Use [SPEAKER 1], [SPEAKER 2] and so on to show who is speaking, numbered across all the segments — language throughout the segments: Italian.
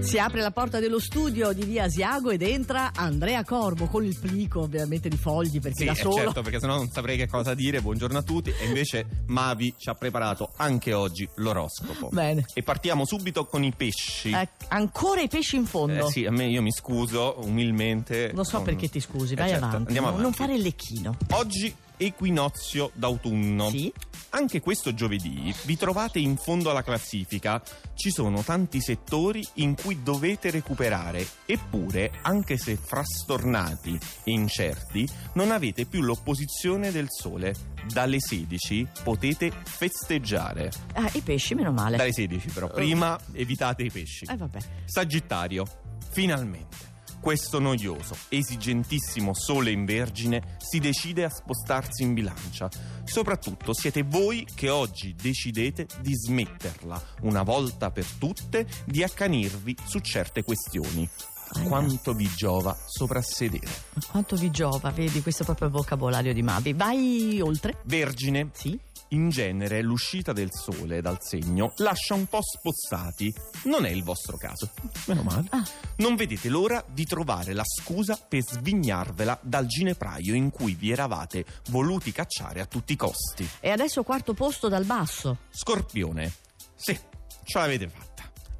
[SPEAKER 1] Si apre la porta dello studio di via Asiago ed entra Andrea Corbo con il plico ovviamente di fogli perché
[SPEAKER 2] Sì,
[SPEAKER 1] da
[SPEAKER 2] eh,
[SPEAKER 1] solo
[SPEAKER 2] certo, perché sennò non saprei che cosa dire. Buongiorno a tutti. E invece Mavi ci ha preparato anche oggi l'oroscopo.
[SPEAKER 1] Bene.
[SPEAKER 2] E partiamo subito con i pesci.
[SPEAKER 1] Eh, ancora i pesci in fondo.
[SPEAKER 2] Eh, sì, a me io mi scuso umilmente.
[SPEAKER 1] Non so
[SPEAKER 2] con-
[SPEAKER 1] perché ti scusi,
[SPEAKER 2] Eh,
[SPEAKER 1] vai
[SPEAKER 2] certo,
[SPEAKER 1] avanti.
[SPEAKER 2] Andiamo
[SPEAKER 1] Non-
[SPEAKER 2] avanti.
[SPEAKER 1] Non fare il lecchino.
[SPEAKER 2] Oggi equinozio d'autunno.
[SPEAKER 1] Sì?
[SPEAKER 2] Anche questo giovedì vi trovate in fondo alla classifica. Ci sono tanti settori in cui dovete recuperare, eppure, anche se frastornati e incerti, non avete più l'opposizione del sole. Dalle 16 potete festeggiare.
[SPEAKER 1] Ah, i pesci, meno male.
[SPEAKER 2] Dalle 16 però, prima evitate i pesci.
[SPEAKER 1] Eh, vabbè.
[SPEAKER 2] Sagittario, finalmente. Questo noioso, esigentissimo sole in vergine si decide a spostarsi in bilancia. Soprattutto siete voi che oggi decidete di smetterla, una volta per tutte, di accanirvi su certe questioni.
[SPEAKER 1] Ahia.
[SPEAKER 2] Quanto vi giova soprassedere.
[SPEAKER 1] Ma quanto vi giova, vedi, questo è proprio il vocabolario di Mavi. Vai oltre.
[SPEAKER 2] Vergine,
[SPEAKER 1] Sì.
[SPEAKER 2] in genere l'uscita del sole dal segno lascia un po' spossati. Non è il vostro caso. Meno male.
[SPEAKER 1] Ah.
[SPEAKER 2] Non vedete l'ora di trovare la scusa per svignarvela dal ginepraio in cui vi eravate voluti cacciare a tutti i costi.
[SPEAKER 1] E adesso quarto posto dal basso.
[SPEAKER 2] Scorpione. Sì, ce l'avete fatta.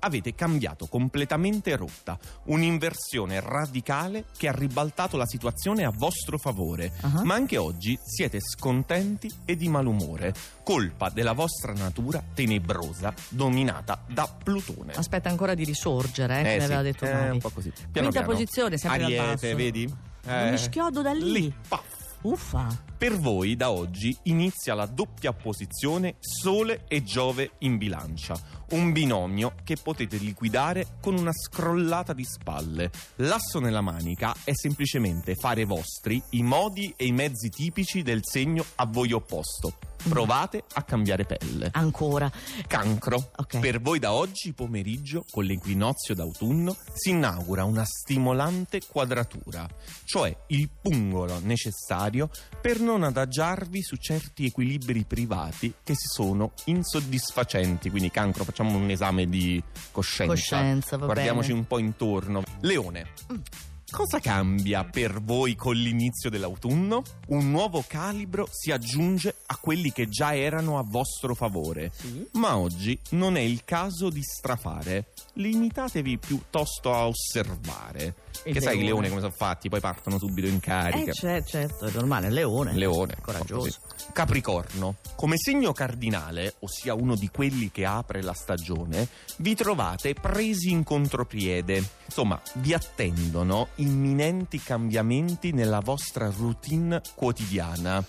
[SPEAKER 2] Avete cambiato completamente rotta, un'inversione radicale che ha ribaltato la situazione a vostro favore.
[SPEAKER 1] Ah.
[SPEAKER 2] Ma anche oggi siete scontenti e di malumore, colpa della vostra natura tenebrosa dominata da Plutone.
[SPEAKER 1] Aspetta ancora di risorgere, eh, come
[SPEAKER 2] sì,
[SPEAKER 1] aveva detto
[SPEAKER 2] eh,
[SPEAKER 1] Mavi.
[SPEAKER 2] un po' così. Piano
[SPEAKER 1] Quinta
[SPEAKER 2] piano.
[SPEAKER 1] posizione, sempre dal
[SPEAKER 2] Ariete,
[SPEAKER 1] basso.
[SPEAKER 2] vedi? Eh.
[SPEAKER 1] Non mi schiodo da lì.
[SPEAKER 2] lì paf.
[SPEAKER 1] Uffa.
[SPEAKER 2] Per voi da oggi inizia la doppia opposizione Sole e Giove in bilancia, un binomio che potete liquidare con una scrollata di spalle. L'asso nella manica è semplicemente fare vostri i modi e i mezzi tipici del segno a voi opposto. Provate a cambiare pelle.
[SPEAKER 1] Ancora.
[SPEAKER 2] Cancro.
[SPEAKER 1] Ok.
[SPEAKER 2] Per voi da oggi pomeriggio, con l'equinozio d'autunno, si inaugura una stimolante quadratura, cioè il pungolo necessario per non adagiarvi su certi equilibri privati che si sono insoddisfacenti. Quindi cancro, facciamo un esame di coscienza.
[SPEAKER 1] Coscienza, va
[SPEAKER 2] Guardiamoci
[SPEAKER 1] bene.
[SPEAKER 2] un po' intorno. Leone.
[SPEAKER 1] Mm.
[SPEAKER 2] Cosa cambia per voi con l'inizio dell'autunno? Un nuovo calibro si aggiunge a quelli che già erano a vostro favore.
[SPEAKER 1] Sì.
[SPEAKER 2] Ma oggi non è il caso di strafare. Limitatevi piuttosto a osservare.
[SPEAKER 1] Il
[SPEAKER 2] che sai i
[SPEAKER 1] leone.
[SPEAKER 2] leoni come sono fatti, poi partono subito in
[SPEAKER 1] Eh,
[SPEAKER 2] carica.
[SPEAKER 1] c'è, certo, è normale, il leone.
[SPEAKER 2] Leone,
[SPEAKER 1] Coraggioso.
[SPEAKER 2] così. Capricorno, come segno cardinale, ossia uno di quelli che apre la stagione, vi trovate presi in contropiede. Insomma, vi attendono imminenti cambiamenti nella vostra routine quotidiana.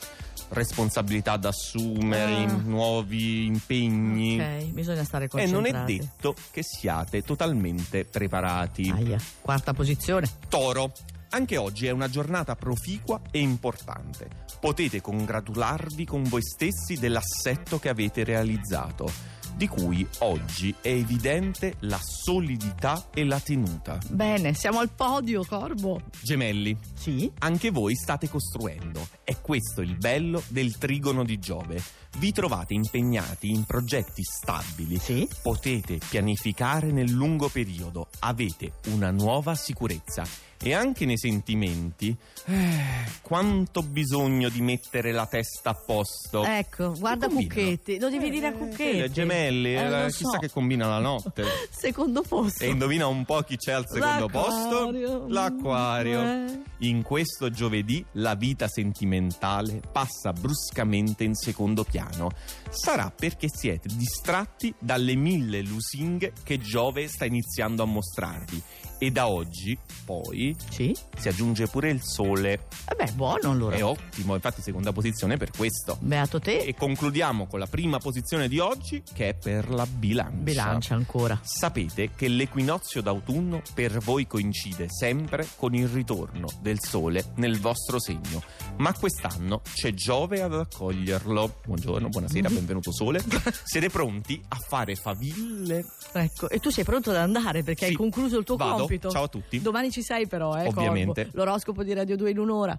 [SPEAKER 2] Responsabilità da assumere,
[SPEAKER 1] Ah.
[SPEAKER 2] nuovi impegni.
[SPEAKER 1] Ok, bisogna stare
[SPEAKER 2] E Eh, non
[SPEAKER 1] concentrati.
[SPEAKER 2] è detto che siate totalmente preparati.
[SPEAKER 1] Aia, quarta posizione.
[SPEAKER 2] Toro. Anche oggi è una giornata proficua e importante. Potete congratularvi con voi stessi dell'assetto che avete realizzato, di cui oggi è evidente la solidità e la tenuta.
[SPEAKER 1] Bene, siamo al podio, Corbo.
[SPEAKER 2] Gemelli,
[SPEAKER 1] Sì.
[SPEAKER 2] anche voi state costruendo. È questo il bello del trigono di Giove. Vi trovate impegnati in progetti stabili.
[SPEAKER 1] Sì.
[SPEAKER 2] Potete pianificare nel lungo periodo, avete una nuova sicurezza e anche nei sentimenti. eh, quanto bisogno di mettere la testa a posto.
[SPEAKER 1] Ecco, guarda
[SPEAKER 2] combinano?
[SPEAKER 1] Cucchetti, lo devi
[SPEAKER 2] Eh,
[SPEAKER 1] dire a
[SPEAKER 2] eh,
[SPEAKER 1] Cucchetti.
[SPEAKER 2] le gemelle,
[SPEAKER 1] Eh,
[SPEAKER 2] la-
[SPEAKER 1] lo
[SPEAKER 2] chissà che combina la notte.
[SPEAKER 1] Secondo posto.
[SPEAKER 2] E indovina un po' chi c'è al secondo posto?
[SPEAKER 1] L'Aquario.
[SPEAKER 2] L'acquario.
[SPEAKER 1] Eh.
[SPEAKER 2] In questo giovedì la vita sentimentale passa bruscamente in secondo piano. Sarà perché siete distratti dalle mille lusinghe che Giove sta iniziando a mostrarvi. E da oggi, poi,
[SPEAKER 1] Sì.
[SPEAKER 2] si aggiunge pure il sole.
[SPEAKER 1] Vabbè, buono allora.
[SPEAKER 2] È ottimo, infatti seconda posizione per questo.
[SPEAKER 1] Beato te,
[SPEAKER 2] E concludiamo con la prima posizione di oggi che è per la bilancia.
[SPEAKER 1] bilancia ancora.
[SPEAKER 2] Sapete che l'equinozio d'autunno per voi coincide sempre con il ritorno del sole nel vostro segno, ma quest'anno c'è Giove ad accoglierlo. Buongiorno, buonasera, benvenuto sole. Siete pronti a fare faville?
[SPEAKER 1] Ecco, e tu sei pronto ad andare perché
[SPEAKER 2] Sì.
[SPEAKER 1] hai concluso il tuo
[SPEAKER 2] Vado.
[SPEAKER 1] compito.
[SPEAKER 2] Ciao a tutti.
[SPEAKER 1] Domani ci sei però, eh, Corbo.
[SPEAKER 2] Ovviamente.
[SPEAKER 1] L'oroscopo di Radio 2 in un'ora.